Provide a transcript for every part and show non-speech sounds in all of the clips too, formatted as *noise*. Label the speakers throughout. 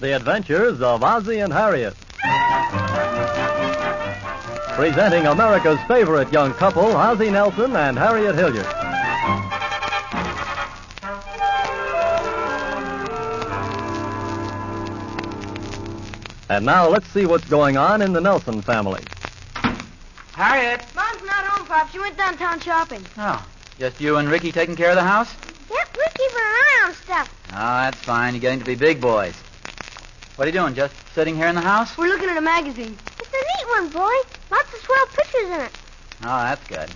Speaker 1: The Adventures of Ozzie and Harriet. Presenting America's favorite young couple, Ozzie Nelson and Harriet Hilliard. And now let's see what's going on in the Nelson family.
Speaker 2: Harriet!
Speaker 3: Mom's not home, Pop. She went downtown shopping.
Speaker 2: Oh, just you and Ricky taking care of the house?
Speaker 3: Yep, we're keeping an eye on stuff.
Speaker 2: Oh, that's fine. You're getting to be big boys. What are you doing? Just sitting here in the house? Oh,
Speaker 3: We're looking at a magazine. It's a neat one, boy. Lots of swell pictures in it.
Speaker 2: that's good.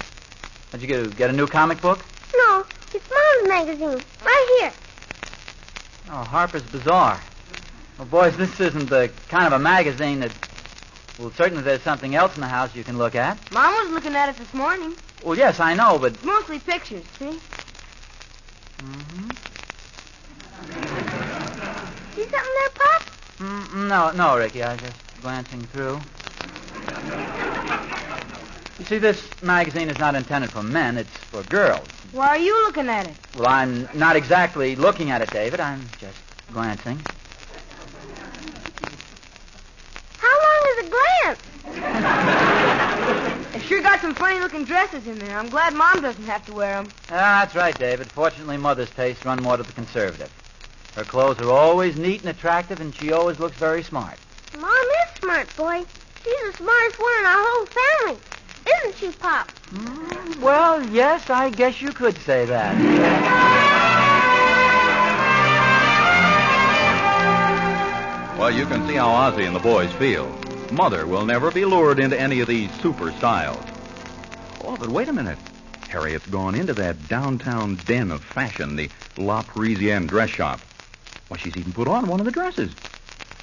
Speaker 2: What'd you do? Get a new comic book?
Speaker 3: No, it's Mom's magazine. Right here.
Speaker 2: Oh, Harper's Bazaar. Well, boys, this isn't the kind of a magazine that. Well, certainly there's something else in the house you can look at.
Speaker 3: Mom was looking at it this morning.
Speaker 2: Well, yes, I know, but.
Speaker 3: It's mostly pictures, see?
Speaker 2: Mhm.
Speaker 3: See something there, Pop?
Speaker 2: Mm, no, no, Ricky. I was just glancing through. You see, this magazine is not intended for men, it's for girls.
Speaker 3: Why are you looking at it?
Speaker 2: Well, I'm not exactly looking at it, David. I'm just glancing.
Speaker 3: How long is a glance? it sure got some funny looking dresses in there. I'm glad Mom doesn't have to wear them.
Speaker 2: Ah, that's right, David. Fortunately, Mother's tastes run more to the conservative. Her clothes are always neat and attractive, and she always looks very smart.
Speaker 3: Mom is smart, boy. She's the smartest one in our whole family. Isn't she, Pop?
Speaker 2: Mm, well, yes, I guess you could say that.
Speaker 4: Well, you can see how Ozzie and the boys feel. Mother will never be lured into any of these super styles. Oh, but wait a minute. Harriet's gone into that downtown den of fashion, the La Parisienne dress shop. Why, she's even put on one of the dresses.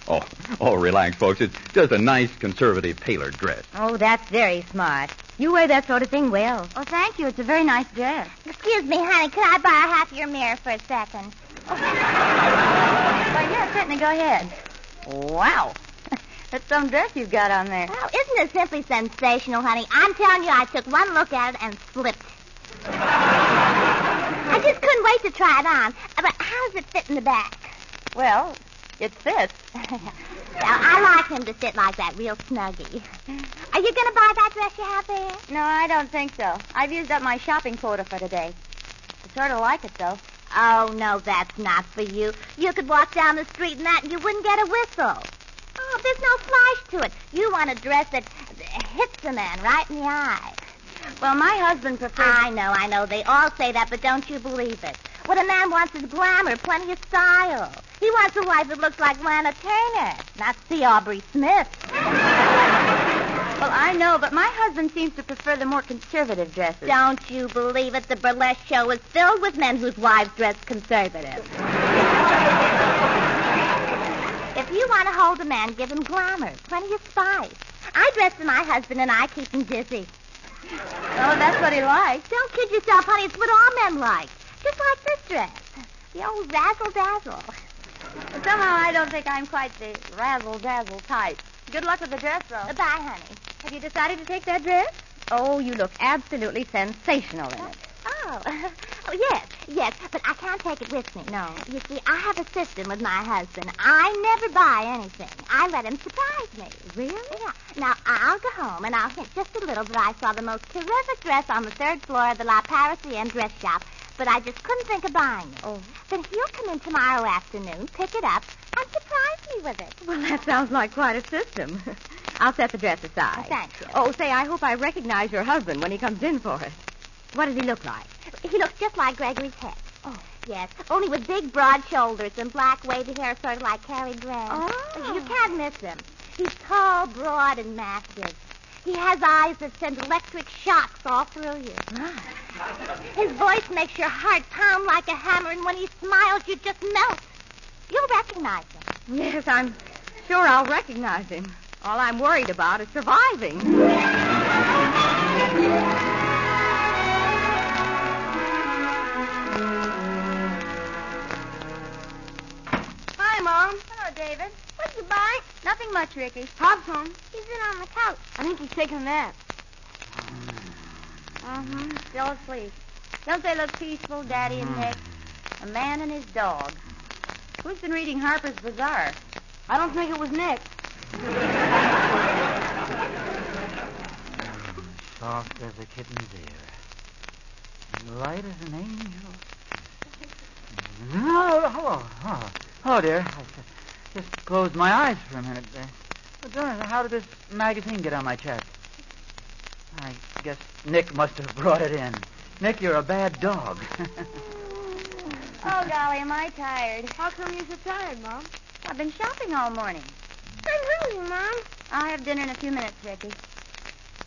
Speaker 4: Oh, oh, relax, folks. It's just a nice conservative tailored dress.
Speaker 5: Oh, that's very smart. You wear that sort of thing well.
Speaker 6: Oh, thank you. It's a very nice dress.
Speaker 7: Excuse me, honey. Could I borrow half your mirror for
Speaker 6: *laughs*
Speaker 7: a second?
Speaker 6: Why, yeah, certainly. Go ahead. Wow. *laughs* That's some dress you've got on there.
Speaker 7: Oh, isn't it simply sensational, honey? I'm telling you, I took one look at it and slipped. I just couldn't wait to try it on. Uh, But how does it fit in the back? *laughs*
Speaker 6: Well, it fits. *laughs*
Speaker 7: Well, I like him to fit like that, real snuggy. Are you going to buy that dress you have there?
Speaker 6: No, I don't think so. I've used up my shopping quota for today. I sort of like it, though.
Speaker 7: Oh, no, that's not for you. You could walk down the street in that and you wouldn't get a whistle. Oh, there's no flash to it. You want a dress that that hits a man right in the eye.
Speaker 6: Well, my husband prefers...
Speaker 7: I know, I know. They all say that, but don't you believe it. What a man wants is glamour, plenty of style. He wants a wife that looks like Lana Turner, not see Aubrey Smith.
Speaker 6: Well, I know, but my husband seems to prefer the more conservative dresses.
Speaker 7: Don't you believe it? The burlesque show is filled with men whose wives dress conservative. if you want to hold a man, give him glamour, plenty of spice. I dress for my husband, and I keep him busy.
Speaker 6: Oh, that's what he likes.
Speaker 7: Don't kid yourself, honey. It's what all men like. Just like this dress. The old razzle dazzle.
Speaker 6: But somehow I don't think I'm quite the razzle-dazzle type. Good luck with the dress, though.
Speaker 7: Goodbye, honey.
Speaker 6: Have you decided to take that dress? Oh, you look absolutely sensational in it.
Speaker 7: Oh. *laughs* oh, yes, yes. But I can't take it with me. No. You see, I have a system with my husband. I never buy anything. I let him surprise me. Really? Yeah. Now, I'll go home and I'll hint just a little that I saw the most terrific dress on the third floor of the La Parisienne dress shop, but I just couldn't think of buying it. Oh. Then he'll come in tomorrow afternoon, pick it up, and surprise me with it.
Speaker 6: Well, that sounds like quite a system. *laughs* I'll set the dress aside.
Speaker 7: Thank you.
Speaker 6: Oh, say, I hope I recognize your husband when he comes in for it. What does he look like?
Speaker 7: He looks just like Gregory's head. Oh. Yes, only with big, broad shoulders and black, wavy hair, sort of like Cary Grant.
Speaker 6: Oh.
Speaker 7: You can't miss him. He's tall, broad, and massive. He has eyes that send electric shocks all through you. His voice makes your heart pound like a hammer, and when he smiles, you just melt. You'll recognize him.
Speaker 6: Yes, *laughs* I'm sure I'll recognize him. All I'm worried about is surviving.
Speaker 3: Hi, Mom.
Speaker 7: Hello, David. What'd you buy?
Speaker 6: Nothing much, Ricky.
Speaker 3: Pop's home.
Speaker 7: He's in on the couch.
Speaker 3: I think he's taking a nap.
Speaker 6: Mm-hmm. Still asleep. Don't they look peaceful, Daddy and Nick? A man and his dog. Who's been reading Harper's Bazaar?
Speaker 5: I don't think it was Nick.
Speaker 2: Soft as a kitten's ear. And light as an angel's kiss. Oh, hello. Oh, oh dear. I ju- just closed my eyes for a minute there. Oh, darn, how did this magazine get on my chest? I guess Nick must have brought it in. Nick, you're a bad dog. *laughs*
Speaker 6: Oh, golly, am I tired.
Speaker 3: How come you're so tired, Mom?
Speaker 6: I've been shopping all morning.
Speaker 3: I'm hungry, Mom.
Speaker 6: I'll have dinner in a few minutes, Ricky.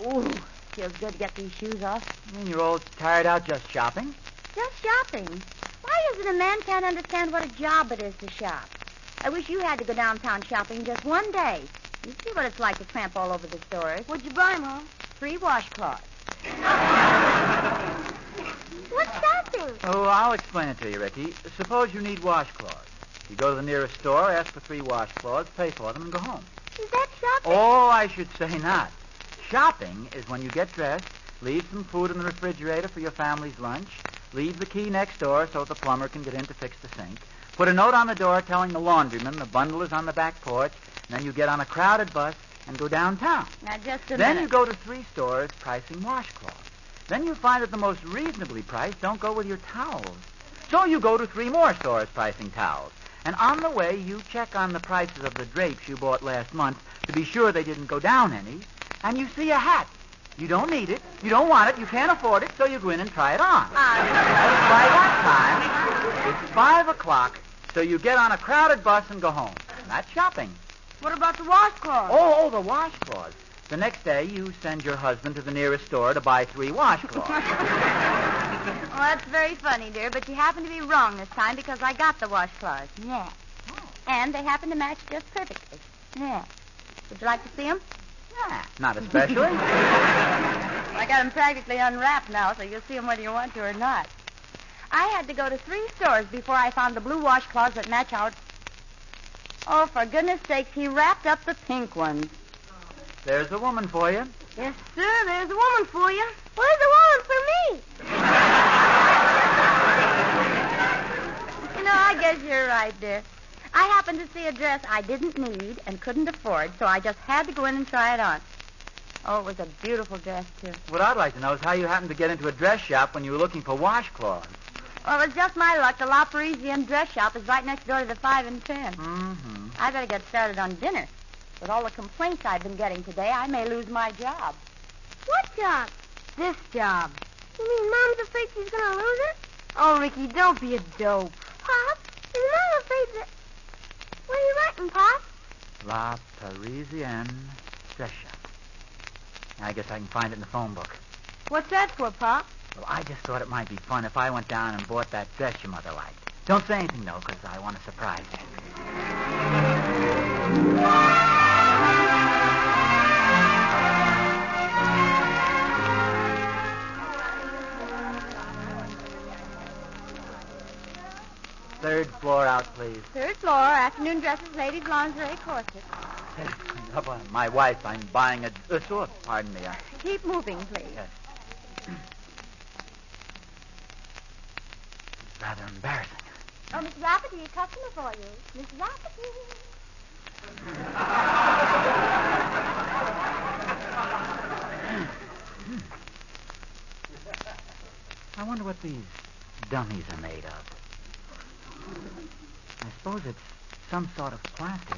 Speaker 6: Ooh, feels good to get these shoes off.
Speaker 2: I mean, you're all tired out just shopping.
Speaker 6: Just shopping. Why is it a man can't understand what a job it is to shop? I wish you had to go downtown shopping just one day. You see what it's like to tramp all over the stores.
Speaker 3: What'd you buy, Mom?
Speaker 6: Free
Speaker 3: *laughs*
Speaker 6: washcloths.
Speaker 3: What's that thing?
Speaker 2: Oh, I'll explain it to you, Ricky. Suppose you need washcloths. You go to the nearest store, ask for three washcloths, pay for them, and go home.
Speaker 3: Is that shopping?
Speaker 2: Oh, I should say not. Shopping is when you get dressed, leave some food in the refrigerator for your family's lunch, leave the key next door so the plumber can get in to fix the sink, put a note on the door telling the laundryman the bundle is on the back porch, and then you get on a crowded bus and go downtown.
Speaker 6: Now, just a
Speaker 2: Then
Speaker 6: minute.
Speaker 2: you go to three stores pricing washcloths. Then you find that the most reasonably priced don't go with your towels. So you go to three more stores pricing towels. And on the way, you check on the prices of the drapes you bought last month to be sure they didn't go down any. And you see a hat. You don't need it. You don't want it. You can't afford it. So you go in and try it on. By that time, it's five o'clock. So you get on a crowded bus and go home. Not shopping.
Speaker 3: What about the washcloth?
Speaker 2: Oh, oh, the washcloths. The next day, you send your husband to the nearest store to buy three
Speaker 3: Oh.
Speaker 7: *laughs*
Speaker 2: washcloths.
Speaker 6: *laughs* Well, that's very funny, dear, but you happen to be wrong this time because I got the washcloths. Yeah. And they happen to match just perfectly. Yeah. Would you like to see them?
Speaker 2: yeah, not especially.
Speaker 6: I got them practically unwrapped now, so you'll see them whether you want to or not. I had to go to three stores before I found the blue washcloths that match out. Oh, for goodness sakes, he wrapped up the pink ones.
Speaker 2: There's a woman for you.
Speaker 3: Yes, sir. There's a woman for you. Where's the woman for me?
Speaker 6: You know, I guess you're right, dear. I happened to see a dress I didn't need and couldn't afford, so I just had to go in and try it on. Oh, it was a beautiful dress, too.
Speaker 2: What I'd like to know is how you happened to get into a dress shop when you were looking for washcloths.
Speaker 6: Well, it was just my luck. The La Parisienne dress shop is right next door to the 5 and 10.
Speaker 2: Mm-hmm.
Speaker 6: I better get started on dinner. With all the complaints I've been getting today, I may lose my job.
Speaker 3: What job?
Speaker 6: This job.
Speaker 3: You mean Mom's afraid she's gonna lose it?
Speaker 6: Oh, Ricky, don't be a dope.
Speaker 3: Pop, is Mom afraid that? What are you writing, Pop?
Speaker 2: La Parisienne dress shop. I guess I can find it in the phone book.
Speaker 6: What's that for, Pop?
Speaker 2: Well, I just thought it might be fun if I went down and bought that dress your mother liked. Don't say anything, though, because I want to surprise you. Third floor out, please. *laughs*
Speaker 6: Third floor, afternoon dresses, ladies' lingerie corsets.
Speaker 2: Up on My wife, I'm buying a... Uh, sure, pardon me. I- uh,
Speaker 6: Keep moving, please.
Speaker 2: *clears throat* It's rather embarrassing.
Speaker 3: Oh, Miss Rafferty, a customer for you. Miss Rafferty.
Speaker 2: I wonder what these dummies are made of. I suppose it's some sort of plaster.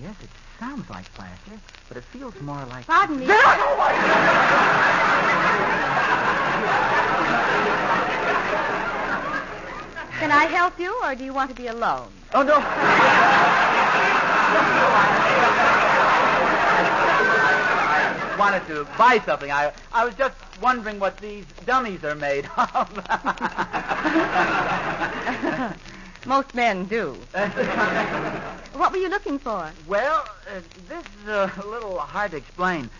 Speaker 2: Yes, it sounds like plaster, but it feels more like.
Speaker 6: Pardon me. Can I help you, or do you want to be alone?
Speaker 2: Oh, no! I wanted to buy something. I, I was just wondering what these dummies are made *laughs* of.
Speaker 5: *laughs* Most men do. What were you looking for?
Speaker 2: Well, uh, this is a *laughs* little hard to explain.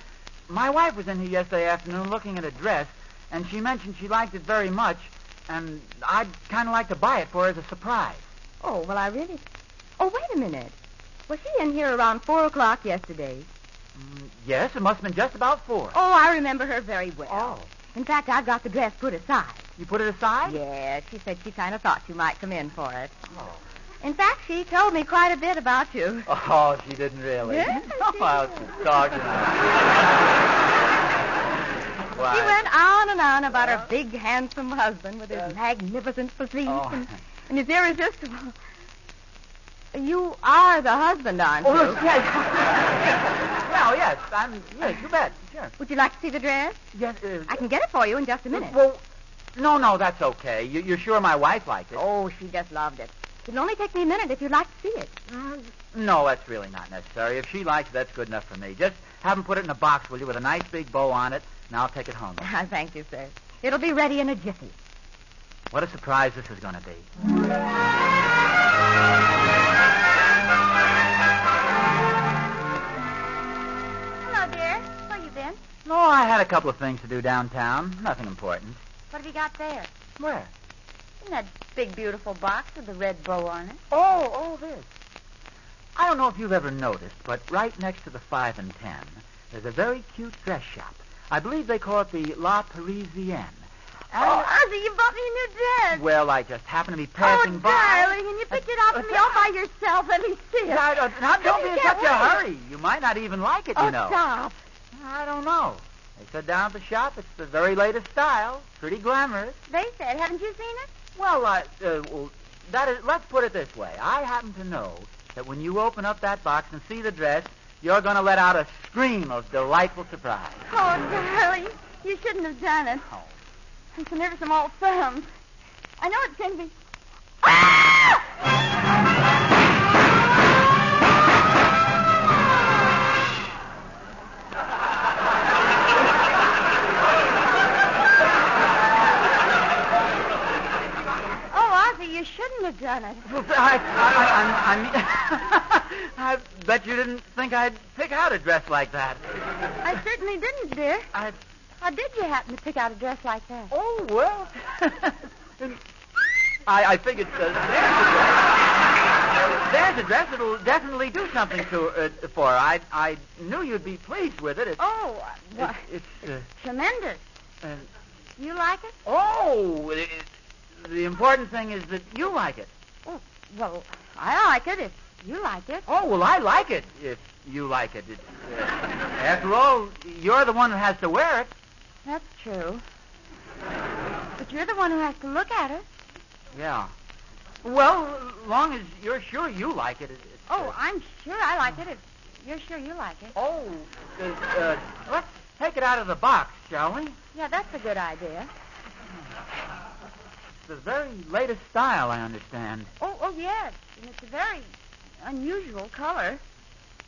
Speaker 2: My wife was in here yesterday afternoon looking at a dress, and she mentioned she liked it very much, and I'd kind of like to buy it for her as a surprise.
Speaker 5: Oh, well, I really. Oh, wait a minute. Was she in here around four o'clock yesterday?
Speaker 6: Oh.
Speaker 2: Mm, yes, it must have been just about four.
Speaker 5: Oh, I remember her very well.
Speaker 6: In fact, I've got the dress put aside.
Speaker 2: You put it aside?
Speaker 6: Yes, she said she kind of thought you might come in for it. In fact, she told me quite a bit about you.
Speaker 2: Oh, she didn't really. *laughs*
Speaker 6: Yes, she
Speaker 2: oh, I was just talking. Why?
Speaker 6: She went on and on about her big, handsome husband with his magnificent physique
Speaker 2: Oh.
Speaker 6: and, and his irresistible. You are the husband, aren't you?
Speaker 2: *laughs* Oh, yes. well, yes, I'm. Yes, you bet. Sure.
Speaker 6: *laughs* Would you like to see the dress?
Speaker 2: Yes. Uh,
Speaker 6: I can get it for you in just a minute.
Speaker 2: Well, no, no, that's okay. You, you're sure my wife liked it?
Speaker 6: Oh, she just loved it. It'll only take me a minute if you'd like to see it.
Speaker 2: Mm, No, that's really not necessary. If she likes it, that's good enough for me. Just have them put it in a box, will you, with a nice big bow on it, and I'll take it *laughs* home.
Speaker 6: I *laughs* thank you, sir. It'll be ready in a jiffy.
Speaker 2: What a surprise this is going to be.
Speaker 7: Hello, dear. Where you been?
Speaker 2: No, I had a couple of things to do downtown. Nothing important.
Speaker 7: What have you got there?
Speaker 2: Where?
Speaker 6: In that big, beautiful box with the red bow on it.
Speaker 2: Oh, oh, this. I don't know if you've ever noticed, but right next to the 5 and 10, there's a very cute dress shop. I believe they call it the La Parisienne. And,
Speaker 7: Oh, Ozzy, you bought me a new dress.
Speaker 2: well, I just happened to be passing
Speaker 7: oh,
Speaker 2: by.
Speaker 7: darling, and you picked it out for me all by yourself. Let me see it.
Speaker 2: Now, don't- now, don't be in
Speaker 7: Get
Speaker 2: such a
Speaker 7: away.
Speaker 2: hurry. You might not even like it,
Speaker 7: oh,
Speaker 2: you know.
Speaker 7: stop.
Speaker 2: I don't know. They said down at the shop it's the very latest style. Pretty glamorous.
Speaker 7: They said, haven't you seen it?
Speaker 2: Well, uh, uh, well, that is, let's put it this way. I happen to know that when you open up that box and see the dress, you're going to let out a scream of delightful surprise.
Speaker 7: Oh, darling, you shouldn't have done it.
Speaker 2: Oh. *laughs*
Speaker 7: I'm so nervous I'm all thumbs. I know it's going to be... Ah!
Speaker 6: Oh, Ozzy, you shouldn't have done it.
Speaker 2: Well, I, I, *laughs* I, I, I, I bet you didn't think I'd pick out a dress like that.
Speaker 6: I certainly didn't, dear.
Speaker 2: I,
Speaker 6: How did you happen to pick out a dress like that?
Speaker 2: oh, well. *laughs* I, I figured uh, there's a dress. There's a dress that'll definitely do something to uh, for her. I, I knew you'd be pleased with it. It's,
Speaker 6: Oh, uh, why,
Speaker 2: it's, it's
Speaker 6: tremendous.
Speaker 2: uh, uh,
Speaker 6: You like it?
Speaker 2: Oh, it, it, the important thing is that you like it.
Speaker 6: Oh, Well, I like it if you like it.
Speaker 2: Oh, well, I like it if you like it. it uh, after all, you're the one that has to wear it.
Speaker 6: That's true. But you're the one who has to look at her.
Speaker 2: Yeah. Well, long as you're sure you like it. it, it
Speaker 6: Oh,
Speaker 2: uh,
Speaker 6: I'm sure I like it if you're sure you like it.
Speaker 2: oh, uh, uh, let's take it out of the box, shall we?
Speaker 6: Yeah, that's a good idea.
Speaker 2: It's the very latest style, I understand.
Speaker 6: Oh, oh yes. And it's a very unusual color.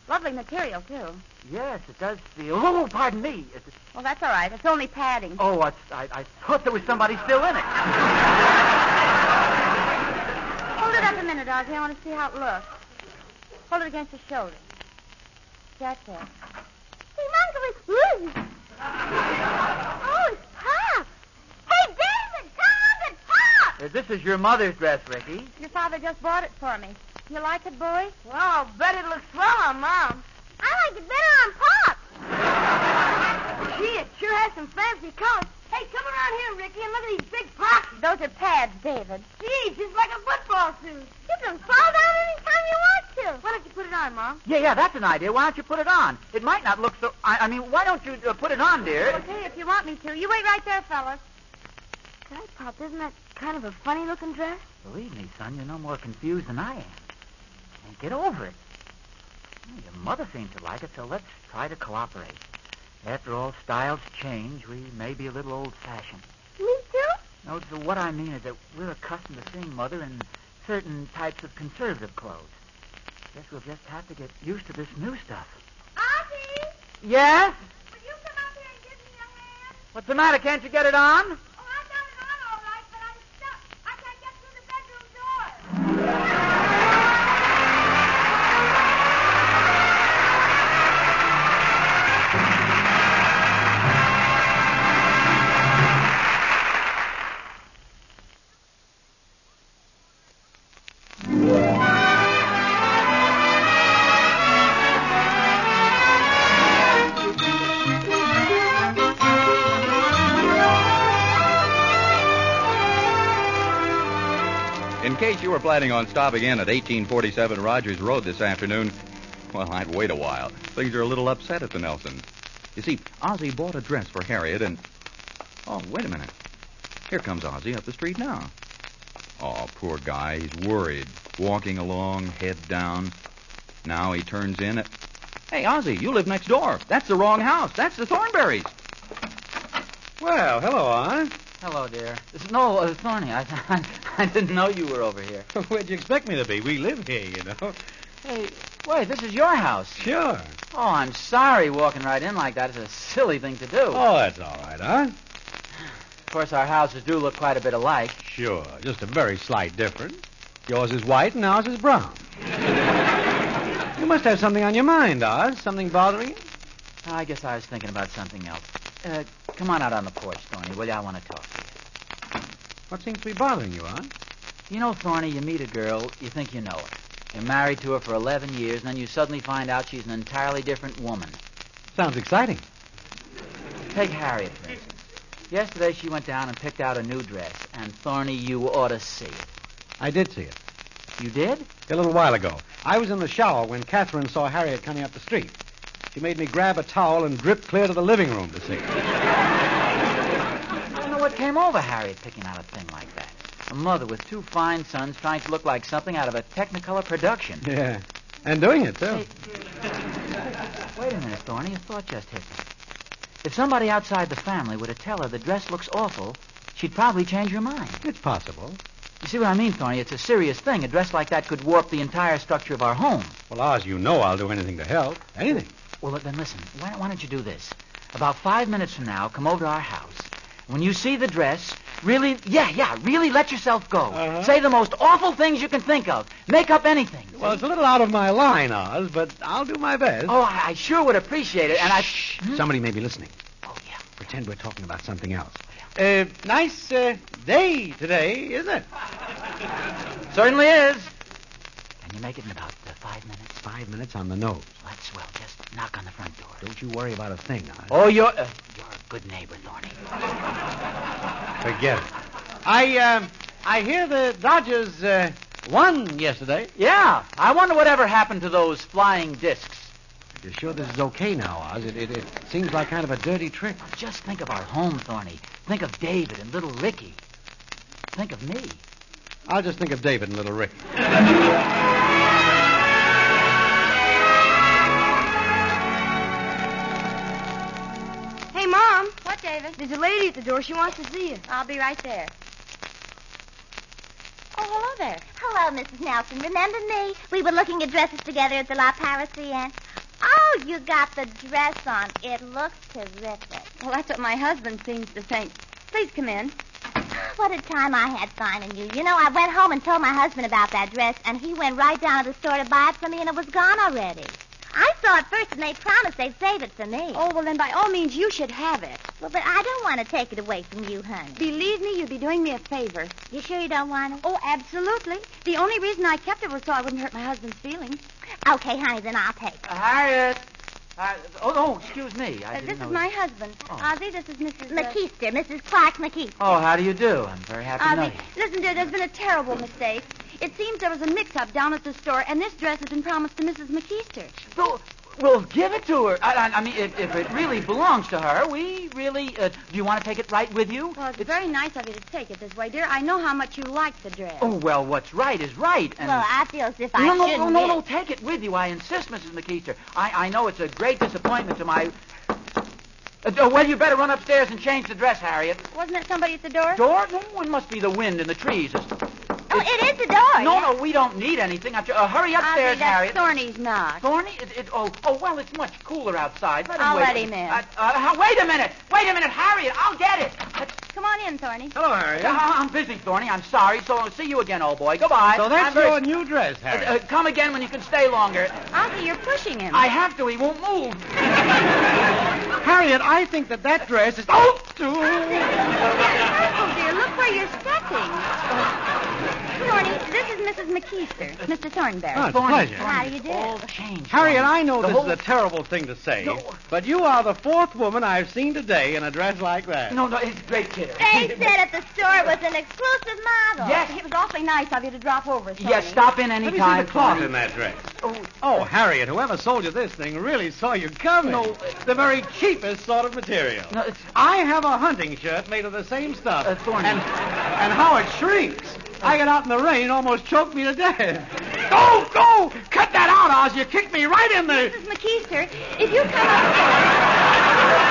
Speaker 6: Lovely material, too.
Speaker 2: Yes, it does feel. Oh, pardon me. It,
Speaker 6: Well, that's all right. It's only padding.
Speaker 2: oh, I, I, I thought there was somebody still in it. Uh,
Speaker 6: Hold it up a minute, Ozzy. I want to see how it looks. Hold it against your shoulder. That's it.
Speaker 7: Hey, Uncle, it's Lou. oh, it's Pop. Hey, David, come on, it's Pop.
Speaker 2: Uh, this is your mother's dress, Ricky.
Speaker 6: Your father just bought it for me. You like it, boy?
Speaker 7: Well, bet it looks swell on Mom. I like it better on Pop. Gee, it sure has some fancy colors. Hey, come around here, Ricky, and look at these big boxes.
Speaker 6: Those are pads, David.
Speaker 7: Geez, it's like a football suit. You can fall down anytime you want to. Why don't you put it on, Mom?
Speaker 2: Yeah, yeah, that's an idea. Why don't you put it on? It might not look so. I, I mean, why don't you uh, put it on, dear?
Speaker 6: Okay, if you want me to. You wait right there, fellas.
Speaker 7: God, Pop, isn't that kind of a funny-looking dress?
Speaker 2: Believe me, son, you're no more confused than I am. And get over it. Hmm, Your mother seems to like it, so let's try to cooperate. After all, styles change. We may be a little old-fashioned.
Speaker 7: Me too.
Speaker 2: No, so what I mean is that we're accustomed to seeing mother in certain types of conservative clothes. Guess we'll just have to get used to this new stuff.
Speaker 7: Ozzie,
Speaker 2: Yes?
Speaker 7: will you come out here and give me a hand?
Speaker 2: What's the matter? Can't you get it on?
Speaker 7: Oh, I got it on all right, but I'm stuck. I can't get through the bedroom door.
Speaker 4: In case you were planning on stopping in at 1847 Rogers Road this afternoon, well, I'd wait a while. Things are a little upset at the Nelson. You see, Ozzy bought a dress for Harriet and. Oh, wait a minute. Here comes Ozzy up the street now. Oh, poor guy. He's worried. Walking along, head down. Now he turns in at. Hey, Ozzy, you live next door. That's the wrong house. That's the Thornberries. Well, hello, Oz.
Speaker 2: Hello, dear. This- No, uh, Thorny, I, *laughs* I, I didn't know you were over here.
Speaker 8: *laughs* Where'd you expect me to be? We live here, you know. *laughs*
Speaker 2: Hey, wait, this is your house.
Speaker 8: Sure.
Speaker 2: Oh, I'm sorry walking right in like that is a silly thing to do.
Speaker 8: Oh, that's all right, huh?
Speaker 2: Of course, our houses do look quite a bit alike.
Speaker 8: Sure. Just a very slight difference. Yours is white and ours is brown. you must have something on your mind, Oz. Something bothering you?
Speaker 2: Oh, I guess I was thinking about something else. Uh, come on out on the porch, Thorny, will you? I want to talk to you.
Speaker 8: What seems to be bothering you, Oz?
Speaker 2: You know, Thorny, you meet a girl, you think you know her. You're married to her for 11 years, and then you suddenly find out she's an entirely different woman.
Speaker 8: Sounds exciting.
Speaker 2: Take Harriet, for instance. Yesterday she went down and picked out a new dress, and Thorny, you ought to see it.
Speaker 8: I did see it
Speaker 2: You did?
Speaker 8: a little while ago. I was in the shower when Catherine saw Harriet coming up the street. She made me grab a towel and drip clear to the living room to see. it.
Speaker 2: I don't know what came over Harriet picking out a thing like that. A mother with two fine sons trying to look like something out of a Technicolor production.
Speaker 8: Yeah. And doing it, too.
Speaker 2: Wait a minute, Thorny. A thought just hit me. If somebody outside the family were to tell her the dress looks awful, she'd probably change her mind.
Speaker 8: It's possible.
Speaker 2: You see what I mean, Thorny? It's a serious thing. A dress like that could warp the entire structure of our home.
Speaker 8: Well, Oz, you know I'll do anything to help. Anything.
Speaker 2: Well, then listen. Why, why don't you do this? About five minutes from now, come over to our house. When you see the dress, really, yeah, yeah, really let yourself go.
Speaker 8: Uh-huh.
Speaker 2: Say the most awful things you can think of. Make up anything.
Speaker 8: Well, it's a little out of my line, Oz, but I'll do my best.
Speaker 2: Oh, I, I sure would appreciate it, and I.
Speaker 8: Shh.
Speaker 2: Hmm?
Speaker 8: Somebody may be listening.
Speaker 2: Oh, yeah.
Speaker 8: Pretend we're talking about something else. Uh, nice uh, day today, isn't it?
Speaker 2: Certainly is. Can you make it in about uh, five minutes?
Speaker 8: Five minutes on the nose.
Speaker 2: Well, That's well. Just knock on the front door.
Speaker 8: Don't you worry about a thing, Oz.
Speaker 2: Oh, you're uh, you're a good neighbor, Thorny.
Speaker 8: Forget it. I, um, I hear the Dodgers uh, won yesterday.
Speaker 2: Yeah, I wonder whatever happened to those flying discs.
Speaker 8: You're sure this is okay now, Oz? It, it, it seems like kind of a dirty trick.
Speaker 2: Just think of our home, Thorny. Think of David and little Ricky. Think of me.
Speaker 8: I'll just think of David and little Rick.
Speaker 3: Hey, Mom,
Speaker 6: What, David?
Speaker 3: there's a lady at the door. She wants to see you.
Speaker 6: I'll be right there. Oh, hello there.
Speaker 7: Hello, Mrs. Nelson. Remember me? We were looking at dresses together at the La Parisienne. Oh, you got the dress on. It looks terrific. *gasps*
Speaker 6: Well, that's what my husband seems to think. Please come in.
Speaker 7: What a time I had finding you. You know, I went home and told my husband about that dress, and he went right down to the store to buy it for me, and it was gone already. I saw it first, and they promised they'd save it for me.
Speaker 6: Oh, well, then by all means, you should have it.
Speaker 7: Well, but I don't want to take it away from you, honey.
Speaker 6: Believe me, you'd be doing me a favor.
Speaker 7: You sure you don't want it?
Speaker 6: Oh, absolutely. The only reason I kept it was so I wouldn't hurt my husband's feelings.
Speaker 7: uh, Okay, honey, then I'll take it.
Speaker 2: Harriet. Uh, oh, no, excuse me. I
Speaker 6: Uh,
Speaker 2: didn't
Speaker 6: this
Speaker 2: know
Speaker 6: is my husband.
Speaker 2: Oh.
Speaker 6: Ozzie, this is Mrs. uh,
Speaker 7: McKeester, Mrs. Clark McKeester.
Speaker 2: Oh, how do you do? I'm very happy to know
Speaker 6: Ozzie,
Speaker 2: you.
Speaker 6: listen, dear, there's been a terrible mistake. It seems there was a mix-up down at the store, and this dress has been promised to Mrs. McKeester.
Speaker 2: So, well, give it to her. I, I, I mean, if, if it really belongs to her, we really. Uh, do you want to take it right with you?
Speaker 6: Well, it's, very nice of you to take it this way, dear. I know how much you like the dress.
Speaker 2: Oh, well, what's right is right. And
Speaker 7: Well, I feel as if I
Speaker 2: no, no,
Speaker 7: shouldn't.
Speaker 2: no, no,
Speaker 7: get-
Speaker 2: no, take it with you. I insist, Mrs. McKeester. I, I know it's a great disappointment to my. Uh, oh, well, you better run upstairs and change the dress, Harriet.
Speaker 6: Wasn't there somebody at the door?
Speaker 2: Door? No, it must be the wind and the trees. It's-
Speaker 7: Oh, it is the door.
Speaker 2: no,
Speaker 7: yeah.
Speaker 2: no, we don't need anything. I'm ju- uh, hurry
Speaker 6: Ozzie,
Speaker 2: upstairs,
Speaker 6: that's
Speaker 2: Harriet.
Speaker 6: Thorny's knock.
Speaker 2: Thorny? It, it, oh, oh, well, it's much cooler outside. Let him
Speaker 6: I'll
Speaker 2: wait.
Speaker 6: let him in.
Speaker 2: Uh, uh, how- wait a minute. Wait a minute, Harriet. I'll get it. Uh,
Speaker 6: Come on in, Thorny.
Speaker 8: Hello, Harriet.
Speaker 2: I- I'm busy, Thorny. I'm sorry. So I'll see you again, old boy. Goodbye.
Speaker 8: so that's
Speaker 2: I'm very-
Speaker 8: your new dress,
Speaker 2: Uh,
Speaker 8: Harriet.
Speaker 2: uh, come again when you can stay longer.
Speaker 6: Ozzie, you're pushing him.
Speaker 2: I have to. He won't move.
Speaker 8: Harriet, I think that that dress is. Oh, *laughs* Ah, too.
Speaker 7: Oh,
Speaker 6: Careful, dear. Look where you're stepping.
Speaker 7: Thorny, this is
Speaker 6: Mrs. McKeester. Mr. Thornberry.
Speaker 8: Oh, it's a pleasure.
Speaker 6: How do you do?
Speaker 2: All changed.
Speaker 8: Harriet, I know
Speaker 2: The
Speaker 8: this
Speaker 2: whole-
Speaker 8: is a terrible thing to say,
Speaker 2: No.
Speaker 8: but you are the fourth woman I've seen today in a dress like that.
Speaker 2: No, no, it's great kidder.
Speaker 7: They said at the store it was an exclusive model.
Speaker 2: Yes.
Speaker 6: It was awfully nice of you to drop over, Tony.
Speaker 2: Yes, stop in any
Speaker 8: Let me see
Speaker 2: time.
Speaker 8: the cloth
Speaker 2: Tony.
Speaker 8: in that dress.
Speaker 2: Oh,
Speaker 8: Oh, Harriet, whoever sold you this thing really saw you coming.
Speaker 2: No.
Speaker 8: the very cheapest sort of material.
Speaker 2: No, it's-
Speaker 8: I have a hunting shirt made of the same stuff.
Speaker 2: Uh, Thorny.
Speaker 8: And, and how it shrinks. I got out in the rain, almost choked me to death.
Speaker 2: *laughs*
Speaker 8: Go, go! Cut that out, Oz. You kicked me right in the...
Speaker 7: Mrs. McKeester, if you come up.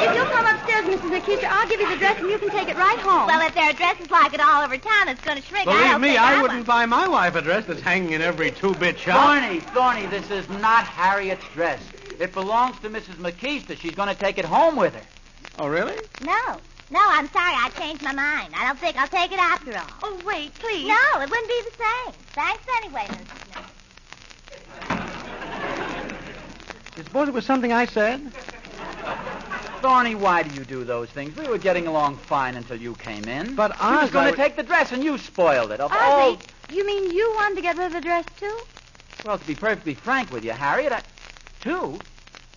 Speaker 6: If you'll come upstairs, Mrs. McKeester, I'll give you the dress and you can take it right home.
Speaker 7: Well, if there are dresses like it all over town, it's going to shrink. I
Speaker 8: Believe
Speaker 7: don't
Speaker 8: me,
Speaker 7: think
Speaker 8: I
Speaker 7: want-
Speaker 8: wouldn't buy my wife a dress that's hanging in every two-bit shop.
Speaker 2: Thorny, Thorny, this is not Harriet's dress. It belongs to Mrs. McKeester. She's going to take it home with her.
Speaker 8: Oh, really?
Speaker 7: No. No, I'm sorry. I changed my mind. I don't think I'll take it after all.
Speaker 6: oh, wait, please.
Speaker 7: No, it wouldn't be the same. Thanks anyway, Mrs. Smith.
Speaker 8: You suppose it was something I said?
Speaker 2: Thorny, why do you do those things? We were getting along fine until you came in.
Speaker 8: But
Speaker 2: she was
Speaker 8: Oz, I
Speaker 2: going
Speaker 8: would-
Speaker 2: to take the dress, and you spoiled it. Of all-
Speaker 6: Ozzie, you mean you wanted to get rid of the dress, too?
Speaker 2: Well, to be perfectly frank with you, Harriet, I... Two?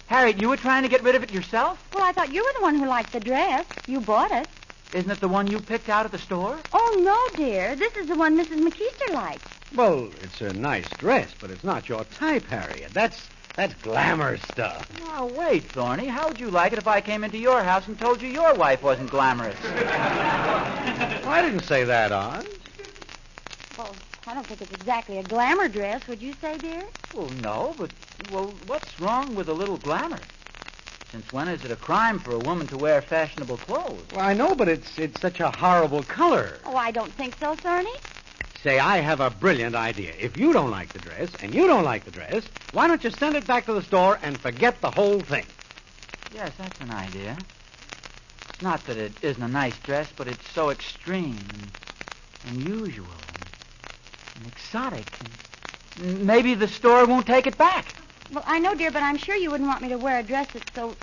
Speaker 2: Harriet, you were trying to get rid of it yourself?
Speaker 6: Well, I thought you were the one who liked the dress. You bought it.
Speaker 2: Isn't it the one you picked out at the store?
Speaker 6: Oh, no, dear. This is the one Mrs. McKeester likes.
Speaker 8: Well, it's a nice dress, but it's not your type, Harriet. That's that's glamour stuff.
Speaker 2: Now, wait, Thorny. How would you like it if I came into your house and told you your wife wasn't glamorous?
Speaker 8: Well, I didn't say that, Oz.
Speaker 6: Well, I don't think it's exactly a glamour dress, would you say, dear?
Speaker 2: well, no, but, well, what's wrong with a little glamour? Since when is it a crime for a woman to wear fashionable clothes?
Speaker 8: Well, I know, but it's it's such a horrible color.
Speaker 6: Oh, I don't think so, Cerny.
Speaker 8: Say, I have a brilliant idea. If you don't like the dress, and you don't like the dress, why don't you send it back to the store and forget the whole thing?
Speaker 2: Yes, that's an idea. It's not that it isn't a nice dress, but it's so extreme and unusual and, and exotic. And maybe the store won't take it back.
Speaker 6: Well, I know, dear, but I'm sure you wouldn't want me to wear a dress that's so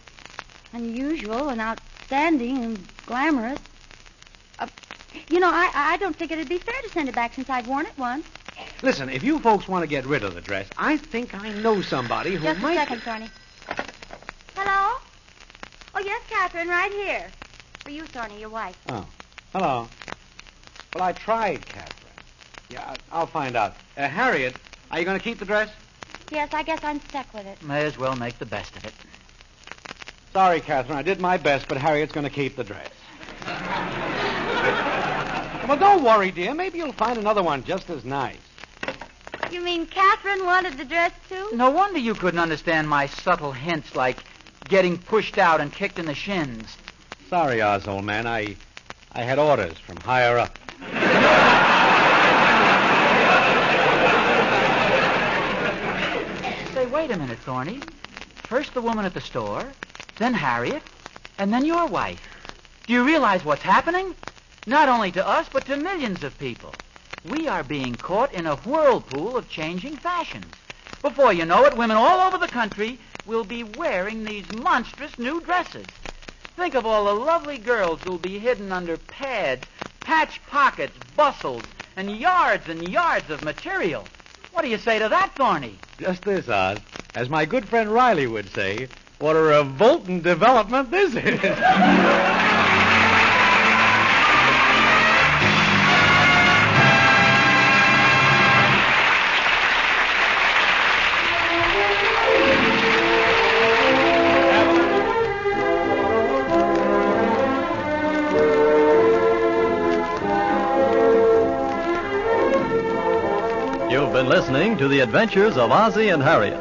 Speaker 6: unusual and outstanding and glamorous. Uh, you know, I, I don't think it'd be fair to send it back since I've worn it once.
Speaker 8: Listen, if you folks want to get rid of the dress, I think I know somebody who
Speaker 6: Just
Speaker 8: might.
Speaker 6: a second, Thorny.
Speaker 7: Hello? Oh, yes, Catherine, right here. For you, Thorny, your wife.
Speaker 8: Oh, hello. Well, I tried, Catherine. Yeah, I- I'll find out. Uh, Harriet, are you going to keep the dress?
Speaker 6: Yes, I guess I'm stuck with it.
Speaker 2: May as well make the best of it.
Speaker 8: Sorry, Catherine, I did my best, but Harriet's going to keep the dress. well, don't worry, dear. Maybe you'll find another one just as nice.
Speaker 7: You mean Catherine wanted the dress, too?
Speaker 2: No wonder you couldn't understand my subtle hints like getting pushed out and kicked in the shins.
Speaker 8: Sorry, Oz, old man. I, I had orders from higher up.
Speaker 2: Say, wait a minute, Thorny. First the woman at the store, then Harriet, and then your wife. Do you realize what's happening? Not only to us, but to millions of people. We are being caught in a whirlpool of changing fashions. Before you know it, women all over the country will be wearing these monstrous new dresses. Think of all the lovely girls who'll be hidden under pads, patch pockets, bustles, and yards and yards of material. What do you say to that, Thorny?
Speaker 8: Just this, Oz. As my good friend Riley would say, what a revolting development this is. *laughs*
Speaker 1: You've been listening to the adventures of Ozzie and Harriet.